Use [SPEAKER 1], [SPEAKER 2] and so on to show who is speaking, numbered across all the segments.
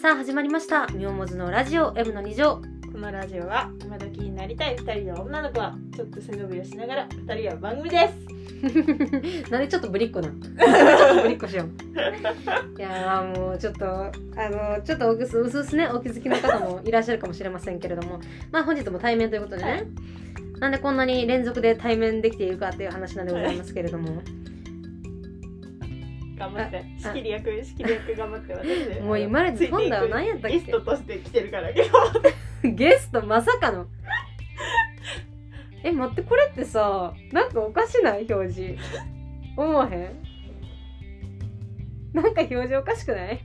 [SPEAKER 1] さあ始まりました「みおもずのラジオ M の2乗
[SPEAKER 2] このラジオは今時になりたい2人の女の子はちょっと背伸びをしながら2人は番組です」
[SPEAKER 1] なんでちょっとぶりっ子 なのちょっとぶりっ子しよういやーもうちょっとあのちょっとうすうすうすねお気づきの方もいらっしゃるかもしれませんけれどもまあ本日も対面ということでね、
[SPEAKER 2] はい
[SPEAKER 1] なんでこんなに連続で対面できているかっていう話なんでございますけれど も、
[SPEAKER 2] 頑張って
[SPEAKER 1] ああ
[SPEAKER 2] 仕切り役仕切り役頑張って私
[SPEAKER 1] もう今まで
[SPEAKER 2] ついていく
[SPEAKER 1] 今度は何やったっけ
[SPEAKER 2] ゲストとして来てる から今日
[SPEAKER 1] ゲストまさかのえ待ってこれってさなんかおかしない表示思わへんなんか表示おかしくない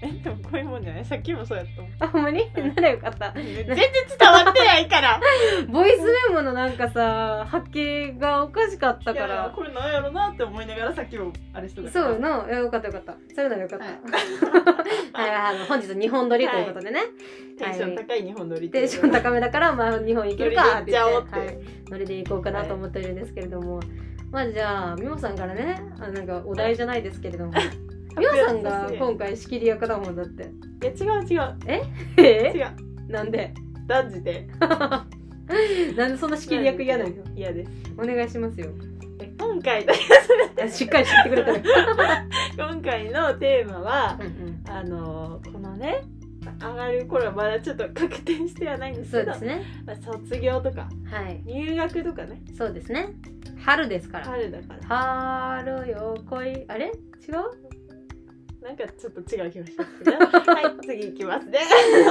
[SPEAKER 2] えでもこういうもんじゃないさっきもそうやったもん
[SPEAKER 1] あほんまにならよかった
[SPEAKER 2] 全然伝わってな いから
[SPEAKER 1] ボイスメモのなんかさ波形がおかしかったか
[SPEAKER 2] いや
[SPEAKER 1] ら
[SPEAKER 2] これなんやろなって思いながらさっきもあれしてたか
[SPEAKER 1] そ
[SPEAKER 2] ら
[SPEAKER 1] うよなえよかったよかったそれならよかった、
[SPEAKER 2] はい
[SPEAKER 1] はい、 はいあの本日2本撮りということでね、
[SPEAKER 2] テンション高い日本乗り
[SPEAKER 1] テンション高めだからまあ日本行けるか
[SPEAKER 2] 乗りで行っちゃおうって
[SPEAKER 1] はいノリで行こうかなと思ってるんですけれども、まあじゃあ美穂さんからねあなんかお題じゃないですけれども美穂さんが今回仕切り役だもんだって
[SPEAKER 2] いや違う違う
[SPEAKER 1] え
[SPEAKER 2] 違う
[SPEAKER 1] なんで
[SPEAKER 2] 断じて
[SPEAKER 1] なんでそんな仕切り役嫌なの
[SPEAKER 2] 嫌です
[SPEAKER 1] お願いしますよ
[SPEAKER 2] え今回
[SPEAKER 1] あしっかり知ってくれた ら
[SPEAKER 2] 今回のテーマは
[SPEAKER 1] うんうん
[SPEAKER 2] あのこのね上がる頃はまだちょっと確定してはないんです
[SPEAKER 1] そ
[SPEAKER 2] け
[SPEAKER 1] う
[SPEAKER 2] ど
[SPEAKER 1] ですね
[SPEAKER 2] まあ、卒業とか
[SPEAKER 1] はい
[SPEAKER 2] 入学とかね
[SPEAKER 1] そうですね春ですから
[SPEAKER 2] 春だから
[SPEAKER 1] 春よ恋あれ違う
[SPEAKER 2] なんかちょっと違う気がします けどはい次行きますね。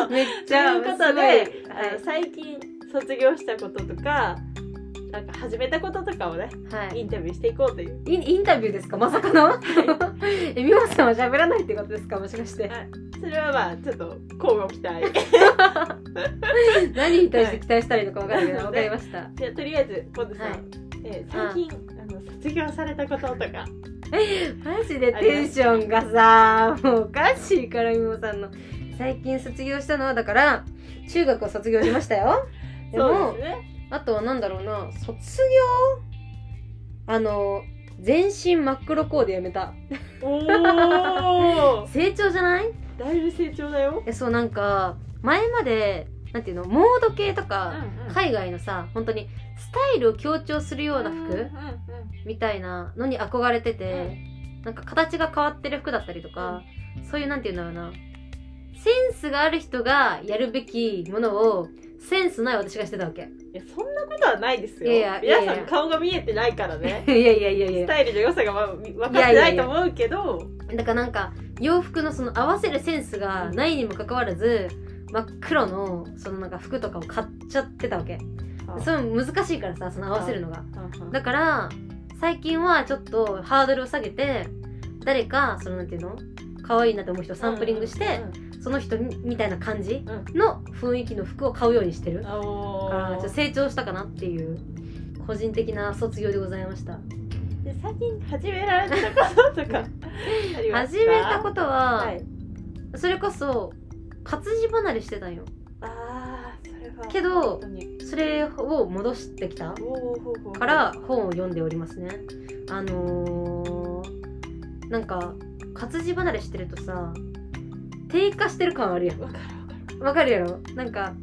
[SPEAKER 2] と
[SPEAKER 1] めっちゃ
[SPEAKER 2] いうこと
[SPEAKER 1] すごい
[SPEAKER 2] で、
[SPEAKER 1] はい
[SPEAKER 2] あの最近卒業したこととかなんか始めたこととかをね
[SPEAKER 1] はい
[SPEAKER 2] インタビューしていこうという
[SPEAKER 1] インインタビューですかまさかの え美穂さんは喋らないってことですかもしかして
[SPEAKER 2] はそれはまあちょっと交互 期待
[SPEAKER 1] 何に対して期待したらいいのか分からないけど
[SPEAKER 2] はい
[SPEAKER 1] 分かりました
[SPEAKER 2] じゃあとりあえずポンズさん、
[SPEAKER 1] はい
[SPEAKER 2] えー最近あの卒業されたこととか
[SPEAKER 1] マジでテンションがさもうおかしいからみもさんの最近卒業したのはだから中学を卒業しましたよで
[SPEAKER 2] そ
[SPEAKER 1] も
[SPEAKER 2] うで すね
[SPEAKER 1] あとはなんだろうな卒業あの全身真っ黒コーデやめた
[SPEAKER 2] おお
[SPEAKER 1] 成長じゃない
[SPEAKER 2] だいぶ成長だよ、
[SPEAKER 1] えそうなんか前までなんていうのモード系と
[SPEAKER 2] うん
[SPEAKER 1] か、
[SPEAKER 2] うん
[SPEAKER 1] 海外のさ本当にスタイルを強調するような服、
[SPEAKER 2] んん
[SPEAKER 1] みたいなのに憧れてて、なんか形が変わってる服だったりとか、そういうなんていうんだろうなセンスがある人がやるべきものをセンスない私がしてたわけ
[SPEAKER 2] うんいやそんなことはないですよ
[SPEAKER 1] いやいや
[SPEAKER 2] 皆
[SPEAKER 1] いやい
[SPEAKER 2] さ
[SPEAKER 1] や
[SPEAKER 2] ん顔が見えてないからね
[SPEAKER 1] いやいやいやい
[SPEAKER 2] ス
[SPEAKER 1] や
[SPEAKER 2] タイルの良さがわ分かってないと思うけど
[SPEAKER 1] だからなんか洋服のその合わせるセンスがないにもかかわらず真っ黒のそのなんか服とかを買っちゃってたわけ
[SPEAKER 2] あ
[SPEAKER 1] それも難しいからさその合わせるのが
[SPEAKER 2] うんうん
[SPEAKER 1] だから最近はちょっとハードルを下げて誰かそのなんていうの可愛いなと思う人をサンプリングして、その人みたいな感じの雰囲気の服を買うようにしてる
[SPEAKER 2] うん
[SPEAKER 1] だ
[SPEAKER 2] あお
[SPEAKER 1] から
[SPEAKER 2] ー
[SPEAKER 1] ちょっと成長したかなっていう個人的な卒業でございました
[SPEAKER 2] で最近始められたこととかありますか
[SPEAKER 1] 始めたことは、
[SPEAKER 2] はい
[SPEAKER 1] それこそ活字離れしてたんよ
[SPEAKER 2] あーそれは
[SPEAKER 1] けど
[SPEAKER 2] 本当に
[SPEAKER 1] それを戻してきた
[SPEAKER 2] おーほうほうほう
[SPEAKER 1] から本を読んでおりますねあのー、なんか活字離れしてるとさ低下してる感あるや
[SPEAKER 2] わかるわかる
[SPEAKER 1] んわかるやろなんか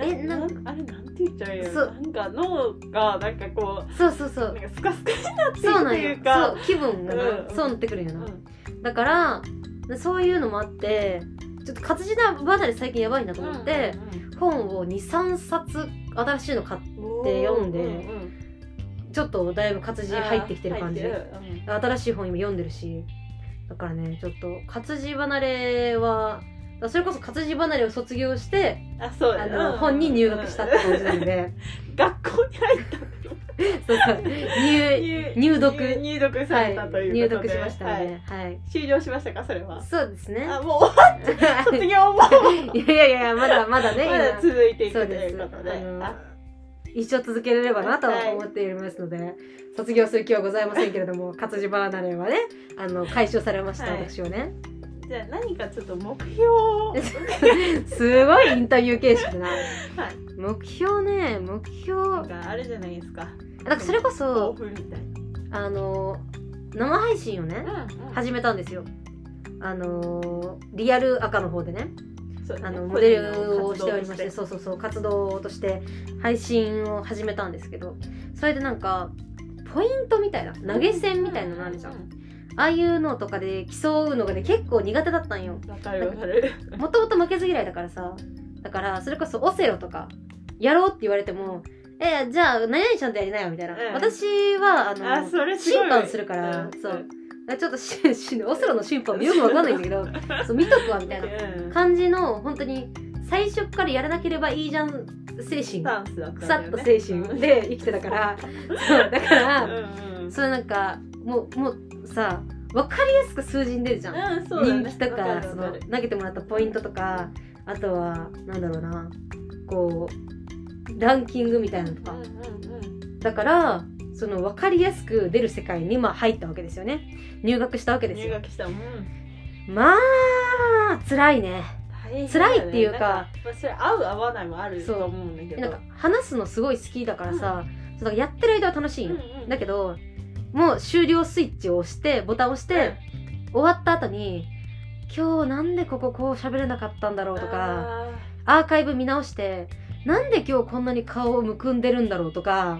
[SPEAKER 1] え
[SPEAKER 2] な
[SPEAKER 1] なん
[SPEAKER 2] あれなんて言っちゃうよ
[SPEAKER 1] そう
[SPEAKER 2] なんか脳がなんかこ
[SPEAKER 1] そうそうそうう
[SPEAKER 2] なんかスカスカになってい
[SPEAKER 1] そう
[SPEAKER 2] く
[SPEAKER 1] な
[SPEAKER 2] と
[SPEAKER 1] ん
[SPEAKER 2] い
[SPEAKER 1] よ
[SPEAKER 2] うか
[SPEAKER 1] そう気分がな、
[SPEAKER 2] うんうん
[SPEAKER 1] そうなってくるんよな、
[SPEAKER 2] うん
[SPEAKER 1] だからそういうのもあってちょっと活字離れ最近やばいなと思って、本を23冊新しいの買っで読んでちょっとだいぶ活字入ってきてる感じ、新しい本今読んでるしだからねちょっと活字離れはだからそれこそ活字離れを卒業して、
[SPEAKER 2] あそう
[SPEAKER 1] あ
[SPEAKER 2] だ
[SPEAKER 1] の本に入学したって感じなの で、
[SPEAKER 2] 学校に入った
[SPEAKER 1] そうそう入入読
[SPEAKER 2] 入入読さ
[SPEAKER 1] は
[SPEAKER 2] れたとい
[SPEAKER 1] いう入
[SPEAKER 2] こ
[SPEAKER 1] 読
[SPEAKER 2] とで、
[SPEAKER 1] しました
[SPEAKER 2] はい
[SPEAKER 1] ねはい、
[SPEAKER 2] 終了しましたかそれは
[SPEAKER 1] そうですね
[SPEAKER 2] あもう卒業もま
[SPEAKER 1] いやいやいやまだまだね今
[SPEAKER 2] だ続いてい
[SPEAKER 1] そう
[SPEAKER 2] くと
[SPEAKER 1] で
[SPEAKER 2] い
[SPEAKER 1] す
[SPEAKER 2] うことで
[SPEAKER 1] あの
[SPEAKER 2] あ
[SPEAKER 1] 一生続けれればなと思っていますので、卒業する気はございませんけれども 活字離れはねあの解消されました、
[SPEAKER 2] はい
[SPEAKER 1] 私をね
[SPEAKER 2] じゃあ何かちょっと目標を
[SPEAKER 1] すごいインタビュー形式な、
[SPEAKER 2] い
[SPEAKER 1] 目標ね目標
[SPEAKER 2] なん
[SPEAKER 1] だ
[SPEAKER 2] かあるじゃないですか
[SPEAKER 1] からそれこ
[SPEAKER 2] 抱
[SPEAKER 1] そ
[SPEAKER 2] 負みたい
[SPEAKER 1] あの生配信をね
[SPEAKER 2] な、
[SPEAKER 1] 始めたんですよあのーリアル赤の方でね
[SPEAKER 2] そうだ
[SPEAKER 1] あ
[SPEAKER 2] ね
[SPEAKER 1] の
[SPEAKER 2] 個人の
[SPEAKER 1] モデルをしておりまして
[SPEAKER 2] 活動と
[SPEAKER 1] そうそうそう活動として配信を始めたんですけどそれでなんかポイントみたいな投げ銭みたいなのあるじゃん、
[SPEAKER 2] うう
[SPEAKER 1] ああいうのとかで競うのがね結構苦手だったんよ
[SPEAKER 2] うんわかるわかる
[SPEAKER 1] もともと負けず嫌いだからさだからそれこそオセロとかやろうって言われても「えじゃあ何々ちゃんとやりなよ」みたいな、
[SPEAKER 2] うん
[SPEAKER 1] 私はあの
[SPEAKER 2] あそれすごい
[SPEAKER 1] 審判するから
[SPEAKER 2] ん
[SPEAKER 1] そうちょっとししオセロの審判もよくわかんないんだ けどそう見とくわみたいな
[SPEAKER 2] うん
[SPEAKER 1] 感じの本当に最初からやらなければいいじゃん精神
[SPEAKER 2] スタンスだった
[SPEAKER 1] 腐
[SPEAKER 2] ん
[SPEAKER 1] った
[SPEAKER 2] だよね
[SPEAKER 1] 精神で生きてたからそうだか
[SPEAKER 2] う
[SPEAKER 1] ら
[SPEAKER 2] んうん
[SPEAKER 1] それなんかもうもうさ分かりやすく数字に出るじゃん、
[SPEAKER 2] うんそうだね
[SPEAKER 1] 人気と
[SPEAKER 2] わ
[SPEAKER 1] か
[SPEAKER 2] る
[SPEAKER 1] そ
[SPEAKER 2] わ
[SPEAKER 1] の
[SPEAKER 2] る
[SPEAKER 1] 投げてもらったポイントとかあとはなんだろうなこうランキングみたいなのと
[SPEAKER 2] う
[SPEAKER 1] か
[SPEAKER 2] んうんうん
[SPEAKER 1] だからその分かりやすく出る世界にまあ入ったわけですよね入学したわけです
[SPEAKER 2] 入
[SPEAKER 1] よ
[SPEAKER 2] 学したもん
[SPEAKER 1] まあ辛いね
[SPEAKER 2] 大変だよね
[SPEAKER 1] 辛いっていうか
[SPEAKER 2] なんまあそれ合う合わないもあると思うんだけ
[SPEAKER 1] な
[SPEAKER 2] ど
[SPEAKER 1] んか話すのすごい好きだからさ、そうだからやってる間は楽しいんよ、
[SPEAKER 2] うんうん
[SPEAKER 1] だけどもう終了スイッチを押してボタンを押して、終わった後に今日なんでこここう喋れなかったんだろ
[SPEAKER 2] うん
[SPEAKER 1] うとか
[SPEAKER 2] あ
[SPEAKER 1] アーカイブ見直してなんで今日こんなに顔をむくんでるんだろうとか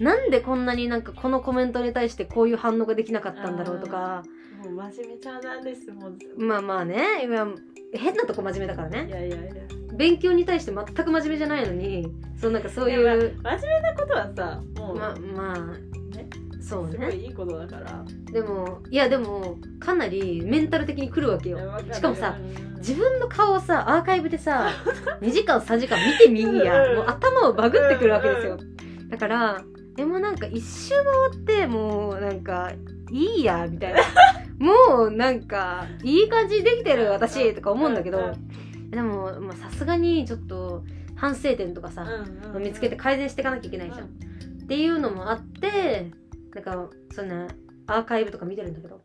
[SPEAKER 1] なんでこんなになんかこのコメントに対してこういう反応ができなかったんだろうとか
[SPEAKER 2] ーもう真面目ちゃんなんですもう
[SPEAKER 1] まあまあね今変なとこ真面目だから
[SPEAKER 2] い
[SPEAKER 1] ね
[SPEAKER 2] やいやいや
[SPEAKER 1] 勉強に対して全く真面目じゃないのにそうなんかそういう
[SPEAKER 2] 真面目なことはさもう、
[SPEAKER 1] ままあ
[SPEAKER 2] ね
[SPEAKER 1] そう
[SPEAKER 2] すご
[SPEAKER 1] ね
[SPEAKER 2] いいいことだから
[SPEAKER 1] でもいやでもかなりメンタル的に来るわけよ
[SPEAKER 2] わるよ
[SPEAKER 1] しかもさ
[SPEAKER 2] うん
[SPEAKER 1] 自分の顔をさアーカイブで さ2時間3時間見てみいや
[SPEAKER 2] うん
[SPEAKER 1] もう頭をバグってくるわけですよ
[SPEAKER 2] う
[SPEAKER 1] だからでもなんか一周回ってもうなんかいいやみ たいなもうなんかいい感じにできてる私とか思うんだけ
[SPEAKER 2] う
[SPEAKER 1] ど
[SPEAKER 2] ん
[SPEAKER 1] でもまあさすがにちょっと反省点とかさ、
[SPEAKER 2] うんうん
[SPEAKER 1] 見つけて改善していかなきゃいけないじゃんっていうのもあってなんかそんなアーカイブとか見てるんだけど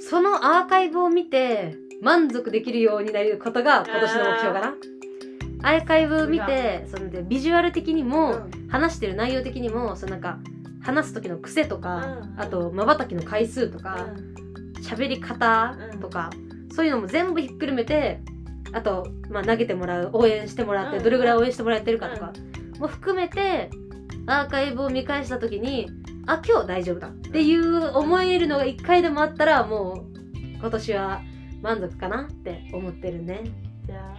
[SPEAKER 1] そのアーカイブを見て満足できるようになることが今年の目標かなアーカイブを見てそのでビジュアル的に
[SPEAKER 2] うん
[SPEAKER 1] も話してる内容的にもそのなんか話す時の癖とか
[SPEAKER 2] うん
[SPEAKER 1] あとまばたきの回数とか
[SPEAKER 2] うん
[SPEAKER 1] 喋り方とかそういうのも全部ひっくるめてあと、まあ、投げてもらう応援してもらって
[SPEAKER 2] うん
[SPEAKER 1] どれぐらい応援してもらってるかとかも含めてアーカイブを見返した時にあ今日大丈夫だっていう思えるのが1回でもあったらもう今年は満足かなって思ってるね。
[SPEAKER 2] じゃあ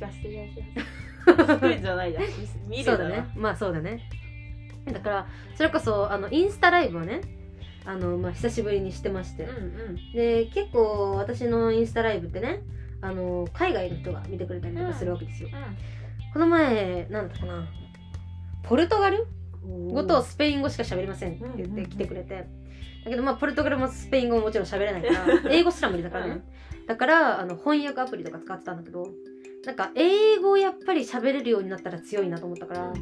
[SPEAKER 2] 聞かせていた だきます聞くんじゃ ないや見る
[SPEAKER 1] そう
[SPEAKER 2] だ
[SPEAKER 1] だ
[SPEAKER 2] ろ
[SPEAKER 1] ねまあそうだねだからそれこそあのインスタライブをねあの、まあ、久しぶりにしてまして
[SPEAKER 2] うんうん
[SPEAKER 1] で結構私のインスタライブってねあの海外の人が見てくれたりとかするわけですよ、この前なんだったかなポルトガル
[SPEAKER 2] うん
[SPEAKER 1] 語とスペイン語しか喋りませんって言
[SPEAKER 2] うん
[SPEAKER 1] っ
[SPEAKER 2] うんう
[SPEAKER 1] て
[SPEAKER 2] ん
[SPEAKER 1] 来てくれてだけどまあポルトガルもスペイン語ももちろん喋れないから英語すら無理だからね、だからあの翻訳アプリとか使ってたんだけどなんか英語をやっぱり喋れるようになったら強いなと思ったから、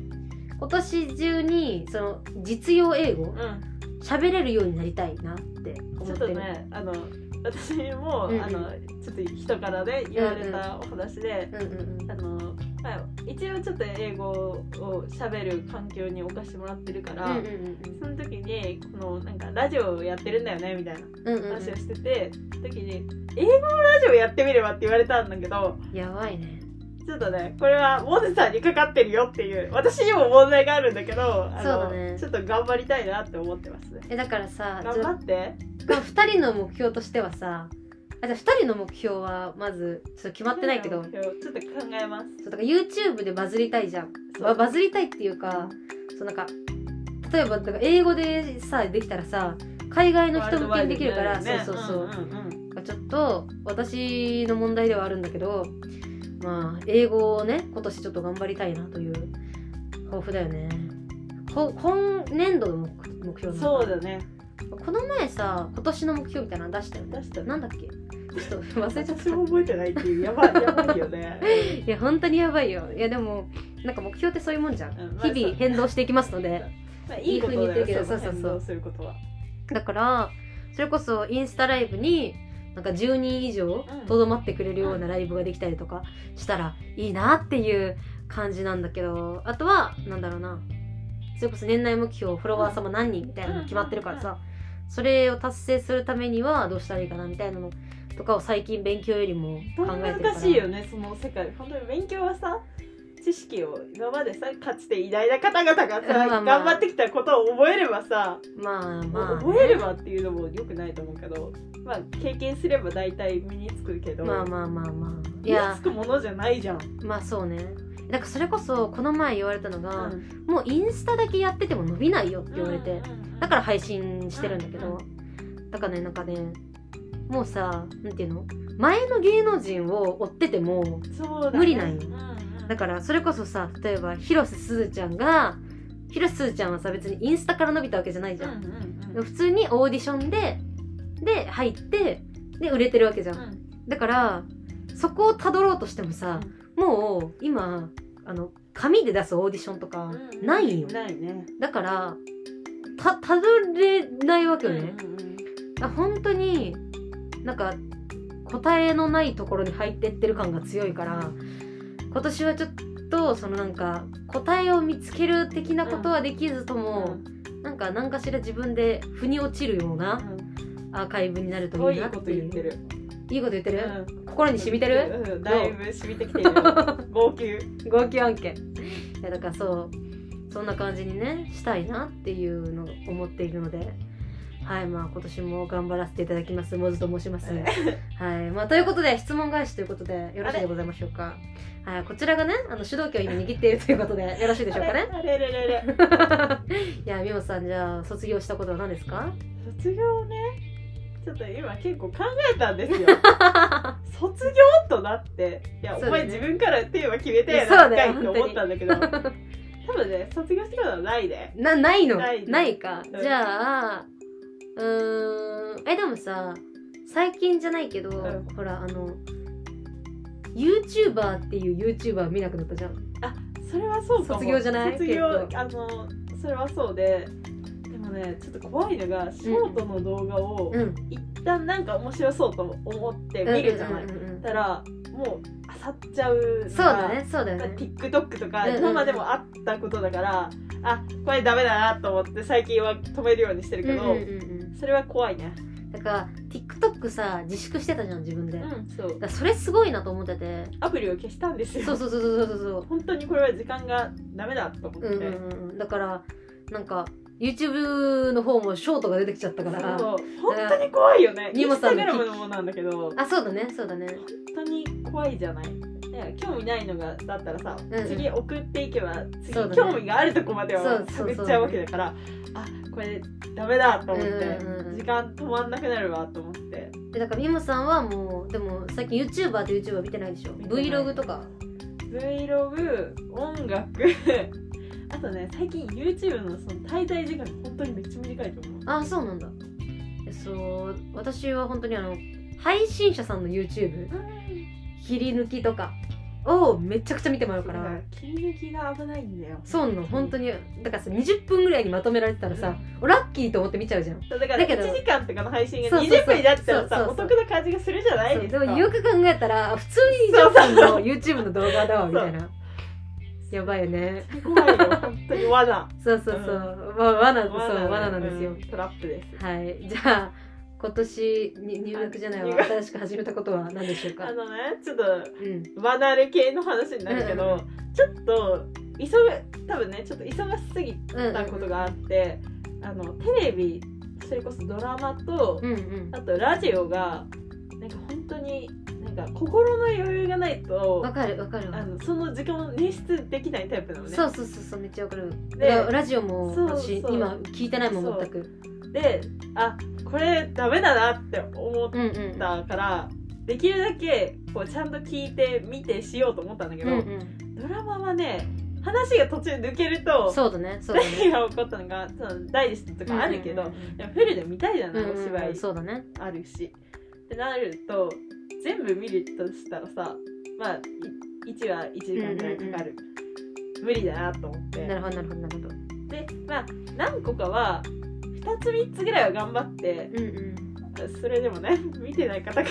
[SPEAKER 1] 今年中にその実用英語
[SPEAKER 2] うん
[SPEAKER 1] 喋れるようになりたいなって
[SPEAKER 2] ち
[SPEAKER 1] 思
[SPEAKER 2] ょ
[SPEAKER 1] っ
[SPEAKER 2] ってと
[SPEAKER 1] る、
[SPEAKER 2] ねあの私も、
[SPEAKER 1] うんうん
[SPEAKER 2] あのちょっと人からね言われたお話で、
[SPEAKER 1] うんうんうん
[SPEAKER 2] あのまあ、一応ちょっと英語を喋る環境に置かしてもらってるから、
[SPEAKER 1] うんうん
[SPEAKER 2] その時にこのなんかラジオやってるんだよねみたいな
[SPEAKER 1] うんうんうん
[SPEAKER 2] 話をしてて、時に英語のラジオやってみればって言われたんだけど
[SPEAKER 1] やばいね
[SPEAKER 2] ちょっとねこれはモズさんにかかってるよっていう私にも問題があるんだけどあ
[SPEAKER 1] そ
[SPEAKER 2] の
[SPEAKER 1] うだね
[SPEAKER 2] ちょっと頑張りたいなって思ってますね
[SPEAKER 1] えだからさ
[SPEAKER 2] 頑張って
[SPEAKER 1] 2人の目標としてはさあじゃあ2人の目標はまずちょっと決まってないけど
[SPEAKER 2] ち
[SPEAKER 1] そ
[SPEAKER 2] ょっと考えます
[SPEAKER 1] うだから YouTube でバズりたいじゃん
[SPEAKER 2] そう
[SPEAKER 1] ババズりたいっていうかそうなんか例えばだから英語でさできたらさ海外の人向けにできるから、そうそうそう、ちょっと私の問題ではあるんだけどまあ英語をね今年ちょっと頑張りたいなという抱負だよねこ今年度の目目標なの
[SPEAKER 2] そ
[SPEAKER 1] か
[SPEAKER 2] うだね
[SPEAKER 1] この前さ今年の目標みたいなの出したよね
[SPEAKER 2] 出した
[SPEAKER 1] なんだっけちょっと忘れちゃっ
[SPEAKER 2] 私も覚えてないっていう やばいやばいよね
[SPEAKER 1] たいや本当にやばいよいやでもなんか目標ってそういうもんじゃん、
[SPEAKER 2] うんまあ
[SPEAKER 1] 日々変動していきますので
[SPEAKER 2] まあいいことだ
[SPEAKER 1] いい風に言
[SPEAKER 2] よ
[SPEAKER 1] ってるけど
[SPEAKER 2] その
[SPEAKER 1] そうそう
[SPEAKER 2] 変
[SPEAKER 1] そう
[SPEAKER 2] 動することは
[SPEAKER 1] だからそれこそインスタライブになんか10人以上
[SPEAKER 2] うん
[SPEAKER 1] とどまってくれるようなライブができたりとかしたらいいなっていう感じなんだけどあとはなんだろうなそれこそ年内目標フォロワー様何人みたいなの決まってるからさそれを達成するためにはどうしたらいいかなみたいなのとかを最近勉強よりも考えてるから
[SPEAKER 2] 難しいよねその世界本当に勉強はさ知識を今までさかつて偉大な方々がさ、
[SPEAKER 1] まあまあ
[SPEAKER 2] 頑張ってきたことを覚えればさ、
[SPEAKER 1] まあまあ、ね、
[SPEAKER 2] 覚えればっていうのもよくないと思うけどまあ経験すれば大体身につくけど、
[SPEAKER 1] まあまあまあまあい
[SPEAKER 2] 身に
[SPEAKER 1] や
[SPEAKER 2] つくものじゃないじゃん。
[SPEAKER 1] まあそうねだからそれこそこの前言われたのが、
[SPEAKER 2] うん
[SPEAKER 1] もうインスタだけやってても伸びないよって言われて、だからら配信してるんだけど、だからねなんかねもうさなんていうの前の芸能人を追ってても
[SPEAKER 2] そうだね
[SPEAKER 1] 無理なんよ
[SPEAKER 2] うんうん
[SPEAKER 1] だからそれこそさ例えば広瀬すずちゃんが広瀬すずちゃんはさ別にインスタから伸びたわけじゃないじゃん、
[SPEAKER 2] うんうんうん
[SPEAKER 1] 普通にオーディションでで入ってで売れてるわけじゃん、
[SPEAKER 2] うん
[SPEAKER 1] だからそこをたどろうとしてもさ、もう今あの紙で出すオーディションとか
[SPEAKER 2] うん
[SPEAKER 1] ないよ、
[SPEAKER 2] ないね。
[SPEAKER 1] だからたたどれないわけよね、
[SPEAKER 2] うんうんうん
[SPEAKER 1] あ本当になんか答えのないところに入ってってる感が強いから今年はちょっとそのなんか答えを見つける的なことはできずとも、なんか何かしら自分で腑に落ちるようなアーカイブになる
[SPEAKER 2] うん、う
[SPEAKER 1] と
[SPEAKER 2] ん、
[SPEAKER 1] いい
[SPEAKER 2] いい
[SPEAKER 1] なっ
[SPEAKER 2] こと
[SPEAKER 1] ていう
[SPEAKER 2] 言ってる。
[SPEAKER 1] いいこと言ってる、
[SPEAKER 2] うん
[SPEAKER 1] 心に染みてる、
[SPEAKER 2] うんだいぶ染みてきてる よ号泣
[SPEAKER 1] 号泣案件いやだからそうそんな感じにねしたいなっていうのを思っているのではいまあ今年も頑張らせていただきますモズと申しますはいまあということで質問返しということでよろしいでございましょうかはいこちらがねあの主導権を今握っているということでよろしいでしょうかね
[SPEAKER 2] あれあれあれあれ
[SPEAKER 1] いや美穂さんじゃあ卒業したことは何ですか
[SPEAKER 2] 卒業ねちょっと今結構考えた んですよ卒業となっていや、
[SPEAKER 1] そうだね
[SPEAKER 2] お前自分からテーマ決めて
[SPEAKER 1] そう
[SPEAKER 2] 何
[SPEAKER 1] だよ
[SPEAKER 2] 回って思ったんだけど多分ね卒業したことはないね
[SPEAKER 1] なないの
[SPEAKER 2] ないの
[SPEAKER 1] ないか
[SPEAKER 2] うん
[SPEAKER 1] じゃあうーんえでもさ最近じゃないけど、
[SPEAKER 2] うん
[SPEAKER 1] ほらあの YouTuber っていう YouTuber 見なくなったじゃん
[SPEAKER 2] それはそうかも
[SPEAKER 1] 卒業じゃない
[SPEAKER 2] 卒業
[SPEAKER 1] 結
[SPEAKER 2] あのそれはそうででもねちょっと怖いのがショートの動画を
[SPEAKER 1] うん
[SPEAKER 2] 一旦なんか面白そうと思って見るじゃない、
[SPEAKER 1] うんうんうんうん
[SPEAKER 2] たらもうあさっちゃうのが
[SPEAKER 1] そうだねそうだよ
[SPEAKER 2] まあ
[SPEAKER 1] ね
[SPEAKER 2] TikTok とか
[SPEAKER 1] うんうんうん
[SPEAKER 2] 今までもあったことだから、あこれダメだなと思って最近は止めるようにしてる
[SPEAKER 1] うん
[SPEAKER 2] け
[SPEAKER 1] うん
[SPEAKER 2] ど、
[SPEAKER 1] うんうん
[SPEAKER 2] それは怖いね
[SPEAKER 1] だから TikTok さ自粛してたじゃん自分で、だか
[SPEAKER 2] んそう
[SPEAKER 1] らそれすごいなと思ってて
[SPEAKER 2] アプリを消したんですよ
[SPEAKER 1] そうそうそうそうそうそう
[SPEAKER 2] 本当にこれは時間がダメだと思って、
[SPEAKER 1] うんうんうんだからなんか YouTube の方もショートが出てきちゃったから
[SPEAKER 2] そう本当に怖いよねイ
[SPEAKER 1] ニモ
[SPEAKER 2] ンス
[SPEAKER 1] さ
[SPEAKER 2] タ
[SPEAKER 1] ん
[SPEAKER 2] グ
[SPEAKER 1] の
[SPEAKER 2] ラムのものなんだけど本
[SPEAKER 1] あそうだねそうだね
[SPEAKER 2] 当に怖いじゃないいや興味ないのがだったらさ、
[SPEAKER 1] んうん
[SPEAKER 2] 次送っていけば次、
[SPEAKER 1] そうだね
[SPEAKER 2] 興味があるとこまで
[SPEAKER 1] そう
[SPEAKER 2] は
[SPEAKER 1] そう
[SPEAKER 2] 探
[SPEAKER 1] そう
[SPEAKER 2] っちゃうわけだからあこれダメだと思って、
[SPEAKER 1] うんうんうん
[SPEAKER 2] 時間止まんなくなるわと思って
[SPEAKER 1] でだからミモさんはもうでも最近 YouTuber と YouTuber 見てないでしょ
[SPEAKER 2] 見てない
[SPEAKER 1] Vlog とか
[SPEAKER 2] Vlog 音楽 あとね最近 YouTube のその滞在時間本当にめっちゃ短いと思う
[SPEAKER 1] ああそうなんだえそう私は本当にあの配信者さんの YouTube 切り抜きとかをめちゃくちゃ見てもらうから、
[SPEAKER 2] 切り抜きが危ないんだよ
[SPEAKER 1] そうなの本当にだからさ20分ぐらいにまとめられてたらさ、ラッキーと思って見ちゃうじゃん
[SPEAKER 2] そうだから
[SPEAKER 1] だけど
[SPEAKER 2] 1時間とかの配信
[SPEAKER 1] そ
[SPEAKER 2] が
[SPEAKER 1] うそうそう
[SPEAKER 2] 20分になったら
[SPEAKER 1] そう
[SPEAKER 2] さ
[SPEAKER 1] そ
[SPEAKER 2] お
[SPEAKER 1] うそう
[SPEAKER 2] 得な感じがするじゃない
[SPEAKER 1] そう
[SPEAKER 2] です
[SPEAKER 1] で
[SPEAKER 2] か
[SPEAKER 1] もよく考えたらあ普通にジョンさん
[SPEAKER 2] そ
[SPEAKER 1] の YouTube の動画だわみたいなやばいよね
[SPEAKER 2] 怖いよ本当に罠
[SPEAKER 1] そうそうそう、わ罠そう
[SPEAKER 2] だね
[SPEAKER 1] 罠なんですよ、
[SPEAKER 2] うトラップです
[SPEAKER 1] はい、じゃあ今年に入学じゃない
[SPEAKER 2] あ入
[SPEAKER 1] わ
[SPEAKER 2] 学
[SPEAKER 1] 新しく始めたことは何でしょうか
[SPEAKER 2] あ、のねちょっと
[SPEAKER 1] うん、
[SPEAKER 2] 離れ系の話になるけ
[SPEAKER 1] うんう
[SPEAKER 2] ど、ちょっと急ぐ多分ねちょっと忙しすぎ
[SPEAKER 1] うん
[SPEAKER 2] ったことがあって、あのテレビそれこそドラマと、
[SPEAKER 1] うんうん
[SPEAKER 2] あとラジオがなんか本当になんか心の余裕がないと
[SPEAKER 1] わかるわかるわ
[SPEAKER 2] あのその時間を捻出できないタイプなのね
[SPEAKER 1] そうそうそうそうめっちゃわかる
[SPEAKER 2] で
[SPEAKER 1] ララジオも
[SPEAKER 2] そう
[SPEAKER 1] 私
[SPEAKER 2] そう
[SPEAKER 1] 今聞いてないもん全く
[SPEAKER 2] であこれダメだなって思っ
[SPEAKER 1] うんうん
[SPEAKER 2] たから、できるだけこうちゃんと聞いて見てしようと思ったんだけ
[SPEAKER 1] うん
[SPEAKER 2] ど、
[SPEAKER 1] うん
[SPEAKER 2] ドラマはね話が途中抜けると
[SPEAKER 1] そうだねそうだね
[SPEAKER 2] 何が起こったのかそのダイジェストとかあるけど、
[SPEAKER 1] うん
[SPEAKER 2] でもフルで見たいじゃ
[SPEAKER 1] う
[SPEAKER 2] ない、
[SPEAKER 1] んうん
[SPEAKER 2] お芝
[SPEAKER 1] うん
[SPEAKER 2] 居
[SPEAKER 1] そうだね
[SPEAKER 2] あるしってなると全部見るとしたらさまあ1話1時間ぐらいかかる、無理だなと思って
[SPEAKER 1] なるほどなるほどなるほど
[SPEAKER 2] でまあ何個かは2つ3つぐらいは頑張って
[SPEAKER 1] うんうん
[SPEAKER 2] それでもね見てない方から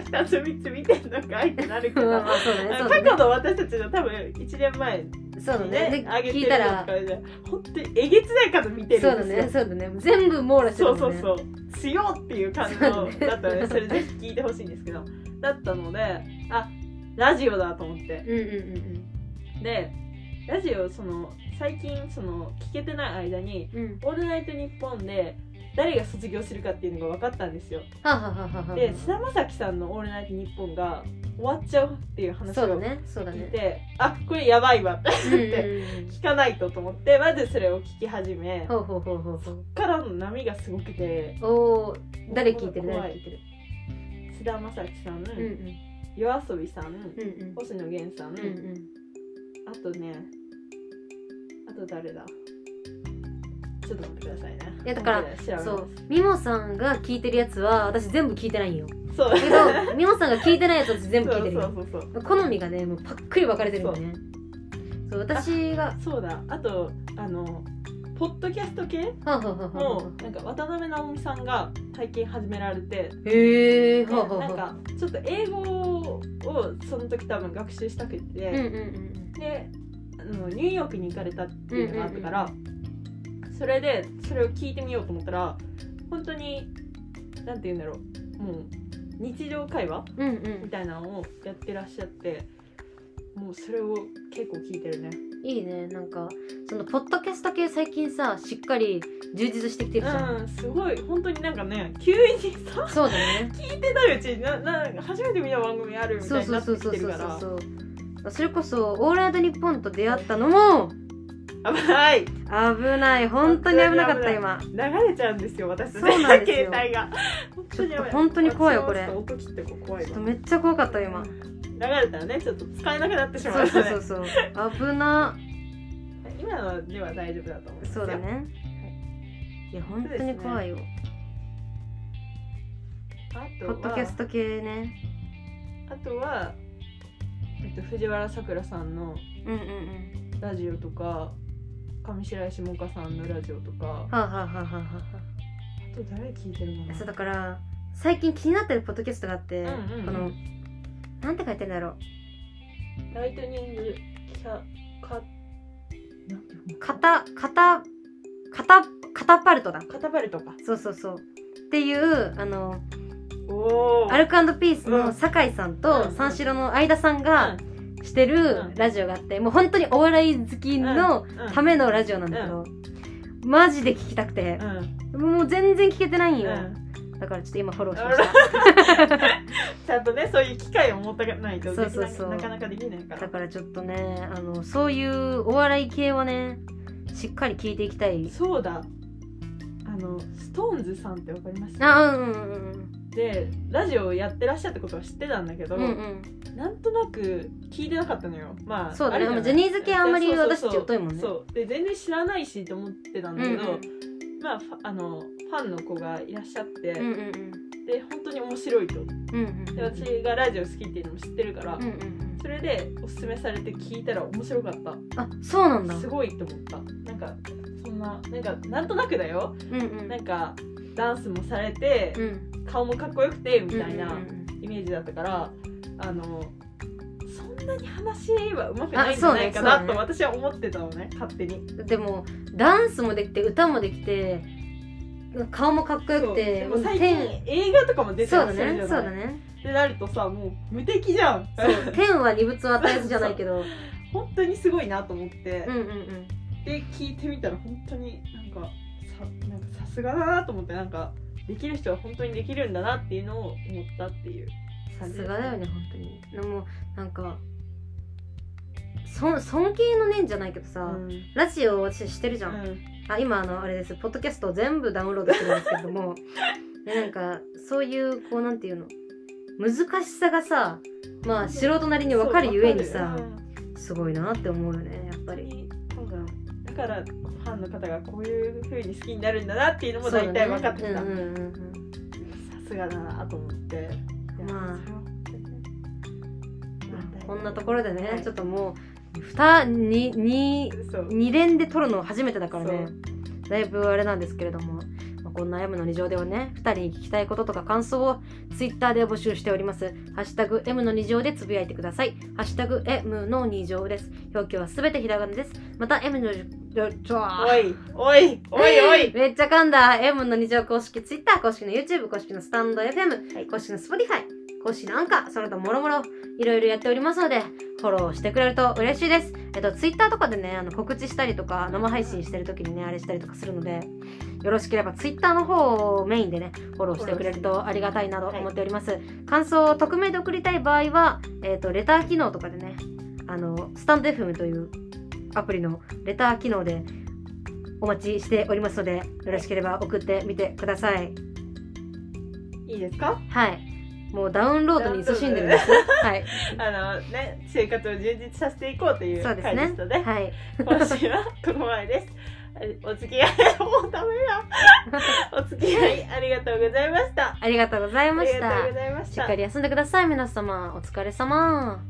[SPEAKER 2] したら2つ3つ見てんのかいってなるけど
[SPEAKER 1] まあまあそうだねそうだ
[SPEAKER 2] 過
[SPEAKER 1] ね
[SPEAKER 2] 去の私たちの多分1年前に
[SPEAKER 1] そうだね
[SPEAKER 2] ね
[SPEAKER 1] で
[SPEAKER 2] 上げて
[SPEAKER 1] 聞い
[SPEAKER 2] る
[SPEAKER 1] た
[SPEAKER 2] の
[SPEAKER 1] ら
[SPEAKER 2] からじゃ本当にえげつない数見て
[SPEAKER 1] そう
[SPEAKER 2] る
[SPEAKER 1] んだ
[SPEAKER 2] ですよ
[SPEAKER 1] ねそうだね全部網羅してる
[SPEAKER 2] そう
[SPEAKER 1] も
[SPEAKER 2] そ
[SPEAKER 1] ん
[SPEAKER 2] う
[SPEAKER 1] ね
[SPEAKER 2] そう強っていう感じのだったのでそれぜひ聞いてほしいんですけどだったのであラジオだと思って
[SPEAKER 1] うんうんうん
[SPEAKER 2] でラジオその最近その聞けてない間に
[SPEAKER 1] うんうん
[SPEAKER 2] 「オールナイトニッポン」で誰が卒業するかっていうのが分かったんですよ
[SPEAKER 1] はあはあはあはあ
[SPEAKER 2] で菅田将暉さんの「オールナイトニッポン」が終わっちゃうっていう話
[SPEAKER 1] そうだ
[SPEAKER 2] を
[SPEAKER 1] ねそうだ
[SPEAKER 2] 聞い
[SPEAKER 1] ね
[SPEAKER 2] て、あこれやばいわ
[SPEAKER 1] うんうんうん
[SPEAKER 2] 聞かないとと思ってまずそれを聞き始め
[SPEAKER 1] ほうほうほうほうほう
[SPEAKER 2] からの波がすごくて
[SPEAKER 1] おお誰聞いてる誰
[SPEAKER 2] 怖
[SPEAKER 1] 聞いてる
[SPEAKER 2] 菅田将暉さん、
[SPEAKER 1] うんうん
[SPEAKER 2] 夜遊びさん
[SPEAKER 1] うんうん
[SPEAKER 2] 星野源さん、
[SPEAKER 1] うんうん
[SPEAKER 2] あとねあと誰だちょっと待ってくださいね
[SPEAKER 1] いやだから
[SPEAKER 2] 調べます
[SPEAKER 1] そうミモさんが聞いてるやつは私全部聞いてない んよ
[SPEAKER 2] そう
[SPEAKER 1] けどミモさんが聞いてないやつは私全部聞いてる
[SPEAKER 2] そう
[SPEAKER 1] よ
[SPEAKER 2] そうそうそう
[SPEAKER 1] 好みがねもうパックリ分かれてるよねそう私が
[SPEAKER 2] そうだあとあのポッドキャスト系
[SPEAKER 1] はあはあはあは
[SPEAKER 2] のなんか渡辺直美さんが最近始められて
[SPEAKER 1] あへえ
[SPEAKER 2] で
[SPEAKER 1] はあ
[SPEAKER 2] な
[SPEAKER 1] は
[SPEAKER 2] ん
[SPEAKER 1] あはあ
[SPEAKER 2] かちょっと英語をその時多分学習したくて、
[SPEAKER 1] うんうんうん
[SPEAKER 2] であのニューヨークに行かれたっていうのがあったから、それでそれを聞いてみようと思ったら本当になんて言うんだろうもう日常会話
[SPEAKER 1] うんう
[SPEAKER 2] み
[SPEAKER 1] ん
[SPEAKER 2] たいなのをやってらっしゃってもうそれを結構聞いてるね。
[SPEAKER 1] いいねなんかそのポッドキャスト系最近さしっかり充実してきてるじゃん、
[SPEAKER 2] うんすごい本当になんかね急にさ
[SPEAKER 1] そうだね
[SPEAKER 2] 聞いてないうちになな初めて見た番組あるみた
[SPEAKER 1] そ
[SPEAKER 2] いうに
[SPEAKER 1] そ
[SPEAKER 2] な
[SPEAKER 1] う
[SPEAKER 2] って
[SPEAKER 1] そう
[SPEAKER 2] き
[SPEAKER 1] そうそ
[SPEAKER 2] てる
[SPEAKER 1] う
[SPEAKER 2] から
[SPEAKER 1] そうそれこそ「オールナイトニッポン」と出会ったのも
[SPEAKER 2] あはい
[SPEAKER 1] 危ない本当に危なかった今
[SPEAKER 2] 流れちゃうんですよ私たち
[SPEAKER 1] そうなんですよ
[SPEAKER 2] 携帯が本当にやば
[SPEAKER 1] ちょっと本当に怖いよこれ
[SPEAKER 2] 私もちょっと音切ってこう怖い
[SPEAKER 1] ちょっ
[SPEAKER 2] わ
[SPEAKER 1] とめっちゃ怖かった今
[SPEAKER 2] 流れたらねちょっと使えなくなってしま
[SPEAKER 1] そうう
[SPEAKER 2] の
[SPEAKER 1] そ
[SPEAKER 2] で
[SPEAKER 1] うそうそう危な
[SPEAKER 2] 今のでは大丈夫だと思いますよ
[SPEAKER 1] そうだねいや本当に怖いよ、
[SPEAKER 2] あと
[SPEAKER 1] ポッ
[SPEAKER 2] は
[SPEAKER 1] ドキャスト系ね
[SPEAKER 2] あとは、えっと、藤原さくらさんの
[SPEAKER 1] うんうんうん
[SPEAKER 2] ラジオとか上白石萌歌さんのラジオとかあ
[SPEAKER 1] はあ、はあはあはあは
[SPEAKER 2] と誰聞いてるの
[SPEAKER 1] あ、そう
[SPEAKER 2] か
[SPEAKER 1] だから最近気になってるポッドキャストがあって、
[SPEAKER 2] なうんうん
[SPEAKER 1] こ
[SPEAKER 2] う
[SPEAKER 1] の
[SPEAKER 2] ん
[SPEAKER 1] なんて書いてんだろ
[SPEAKER 2] ライトニングキャカなんていう
[SPEAKER 1] う
[SPEAKER 2] の
[SPEAKER 1] カタカタカタカタパルトだ
[SPEAKER 2] カタパルトか
[SPEAKER 1] そうそうそうっていうあの
[SPEAKER 2] おお
[SPEAKER 1] アルコピース
[SPEAKER 2] う
[SPEAKER 1] の
[SPEAKER 2] ん
[SPEAKER 1] 酒井さん
[SPEAKER 2] う
[SPEAKER 1] と
[SPEAKER 2] ん
[SPEAKER 1] 三四郎の相田さんがして
[SPEAKER 2] う
[SPEAKER 1] る
[SPEAKER 2] ん
[SPEAKER 1] ラジオがあってもう本当にお笑い好きの
[SPEAKER 2] うん
[SPEAKER 1] ためのラジオなんだけどマジで聞きたくて
[SPEAKER 2] うん
[SPEAKER 1] もう全然聞けてないん
[SPEAKER 2] う
[SPEAKER 1] よ
[SPEAKER 2] ん
[SPEAKER 1] だからちょっと今フォローし
[SPEAKER 2] あ
[SPEAKER 1] ま
[SPEAKER 2] ら
[SPEAKER 1] し
[SPEAKER 2] ちゃんとねそういう機会を持たないとできな
[SPEAKER 1] そうそうそう
[SPEAKER 2] なかなかできない
[SPEAKER 1] た
[SPEAKER 2] から
[SPEAKER 1] だからちょっとねあのそういうお笑い系はねしっかり聞いていきたい
[SPEAKER 2] そうだあのストーンズさんってわかりました
[SPEAKER 1] あうんうんうん
[SPEAKER 2] でラジオをやってらっしゃったことは知ってたんだけど、
[SPEAKER 1] うんうん
[SPEAKER 2] なんとなく聞いてなかったのよまあ
[SPEAKER 1] そうだね
[SPEAKER 2] あれじ
[SPEAKER 1] ジャ
[SPEAKER 2] ゃない
[SPEAKER 1] ニーズ系あんまり
[SPEAKER 2] そうそう
[SPEAKER 1] 私
[SPEAKER 2] そう
[SPEAKER 1] たち疎いもんね
[SPEAKER 2] そうで全然知らないしと思ってたん
[SPEAKER 1] うん
[SPEAKER 2] だ
[SPEAKER 1] う
[SPEAKER 2] け
[SPEAKER 1] ん
[SPEAKER 2] ど、まあファあのファンの子がいらっしゃって、
[SPEAKER 1] うんうん
[SPEAKER 2] で本当に面白いと
[SPEAKER 1] うんうんうん
[SPEAKER 2] で私がラジオ好きっていうのも知ってるから、
[SPEAKER 1] うんうんうん
[SPEAKER 2] それでおすすめされて聞いたら面白かった
[SPEAKER 1] あそうなんだ
[SPEAKER 2] すごいと思ったなんかそんななんかなんとなくだよ
[SPEAKER 1] うんうん
[SPEAKER 2] なんかダンスもされて、
[SPEAKER 1] うん
[SPEAKER 2] 顔もかっこよくてみたいな
[SPEAKER 1] うんうんうん
[SPEAKER 2] イメージだったから、あのそんなに話はうまくないんじゃないか
[SPEAKER 1] あそ
[SPEAKER 2] な
[SPEAKER 1] うね
[SPEAKER 2] と私は思ってたのね勝手に
[SPEAKER 1] でもダンスもできて歌もできて顔もかっこよくて
[SPEAKER 2] そうでも最
[SPEAKER 1] 天
[SPEAKER 2] 近映画とかも出て
[SPEAKER 1] そう
[SPEAKER 2] ら
[SPEAKER 1] だ
[SPEAKER 2] っしゃるじ
[SPEAKER 1] ね
[SPEAKER 2] ゃ
[SPEAKER 1] そう
[SPEAKER 2] ない
[SPEAKER 1] だね
[SPEAKER 2] ってなるとさもう無敵じゃん
[SPEAKER 1] そう天は二物を与えずじゃないけど
[SPEAKER 2] 本当にすごいなと思って
[SPEAKER 1] う、んうんうん
[SPEAKER 2] で聞いてみたら本当になんかさなんかさすがだなと思ってなんかできる人は本当にできるんだなっていうのを思ったっていう
[SPEAKER 1] さ
[SPEAKER 2] 感じ
[SPEAKER 1] すがだよね本当にでもなんかそ尊敬の念じゃないけどさ、
[SPEAKER 2] うん
[SPEAKER 1] ラジオ私してるじゃん、
[SPEAKER 2] うん
[SPEAKER 1] あ今あのあれですポッドキャストを全部ダウンロードしてるんですけど もでなんかそういうこうなんていうの難しさがさまあ素人なりに分かるゆえにさ
[SPEAKER 2] そうわか、るうん
[SPEAKER 1] すごいなって思うよねやっぱり
[SPEAKER 2] そうだだからファンの方がこういう風に好きになるんだなっていうの
[SPEAKER 1] そ
[SPEAKER 2] も
[SPEAKER 1] うだ
[SPEAKER 2] 大
[SPEAKER 1] ね
[SPEAKER 2] 体分かってきた、
[SPEAKER 1] うん
[SPEAKER 2] さ
[SPEAKER 1] うんうんうん
[SPEAKER 2] すがだなと思っていや
[SPEAKER 1] まあ
[SPEAKER 2] それは本当にね
[SPEAKER 1] ま
[SPEAKER 2] まあ
[SPEAKER 1] あこんなところでね、
[SPEAKER 2] はい
[SPEAKER 1] ちょっともう2にに
[SPEAKER 2] そう
[SPEAKER 1] 二連で撮るの初めてだからね
[SPEAKER 2] そ
[SPEAKER 1] だいぶあれなんですけれども、まあこんな悩むのに情ではね2人に聞きたいこととか感想をツイッターで募集しておりますハッシュタグ M の2乗でつぶやいてくださいハッシュタグ M の2乗です表記はすべてひらがなですまた M のじょちょ
[SPEAKER 2] おいおいおいおい
[SPEAKER 1] めっちゃ噛んだ M の2乗公式 Twitter 公式の YouTube 公式のスタンド FM、
[SPEAKER 2] はい
[SPEAKER 1] 公式の Spotify 公式のアンカーその他もろもろいろいろやっておりますのでフォローしてくれると嬉しいですえっと Twitter とかでねあの告知したりとか生配信してる時にねあれしたりとかするのでよろしければ Twitter の方をメインでねフォローしてくれるとありがたいなと思っております、感想を匿名で送りたい場合は、えっとレター機能とかでねあのスタンド FM というアプリのレター機能でお待ちしておりますのでよろしければ送ってみてください
[SPEAKER 2] いいですか
[SPEAKER 1] はいもうダウンロードに勤しんでるんですはい
[SPEAKER 2] あのね生活を充実させていこうという
[SPEAKER 1] そう
[SPEAKER 2] 回
[SPEAKER 1] です
[SPEAKER 2] で
[SPEAKER 1] ね
[SPEAKER 2] したね
[SPEAKER 1] はい
[SPEAKER 2] 今週はここまでです お付き合いもうダメ だお付き合いありがとうございました
[SPEAKER 1] ありがとうござい
[SPEAKER 2] あ
[SPEAKER 1] ま
[SPEAKER 2] り
[SPEAKER 1] した
[SPEAKER 2] がとうございまし
[SPEAKER 1] しったかり休んでください皆様お疲れ様